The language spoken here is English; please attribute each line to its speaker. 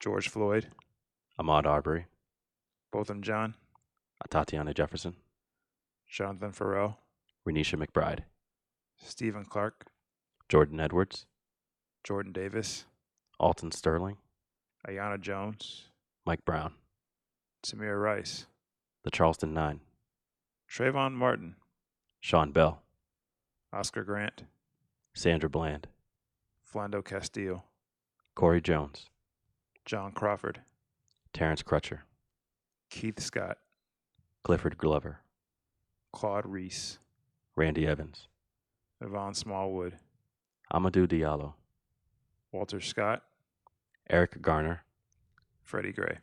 Speaker 1: George Floyd,
Speaker 2: Ahmad Arbery,
Speaker 1: both of them John,
Speaker 2: Tatiana Jefferson,
Speaker 1: Jonathan Farrell,
Speaker 2: Renisha McBride,
Speaker 1: Stephen Clark,
Speaker 2: Jordan Edwards,
Speaker 1: Jordan Davis,
Speaker 2: Alton Sterling,
Speaker 1: Ayana Jones,
Speaker 2: Mike Brown,
Speaker 1: Samir Rice,
Speaker 2: the Charleston Nine,
Speaker 1: Trayvon Martin,
Speaker 2: Sean Bell,
Speaker 1: Oscar Grant,
Speaker 2: Sandra Bland,
Speaker 1: Flando Castillo,
Speaker 2: Corey Jones,
Speaker 1: John Crawford,
Speaker 2: Terrence Crutcher,
Speaker 1: Keith Scott,
Speaker 2: Clifford Glover,
Speaker 1: Claude Reese,
Speaker 2: Randy Evans,
Speaker 1: Yvonne Smallwood,
Speaker 2: Amadou Diallo,
Speaker 1: Walter Scott,
Speaker 2: Eric Garner,
Speaker 1: Freddie Gray.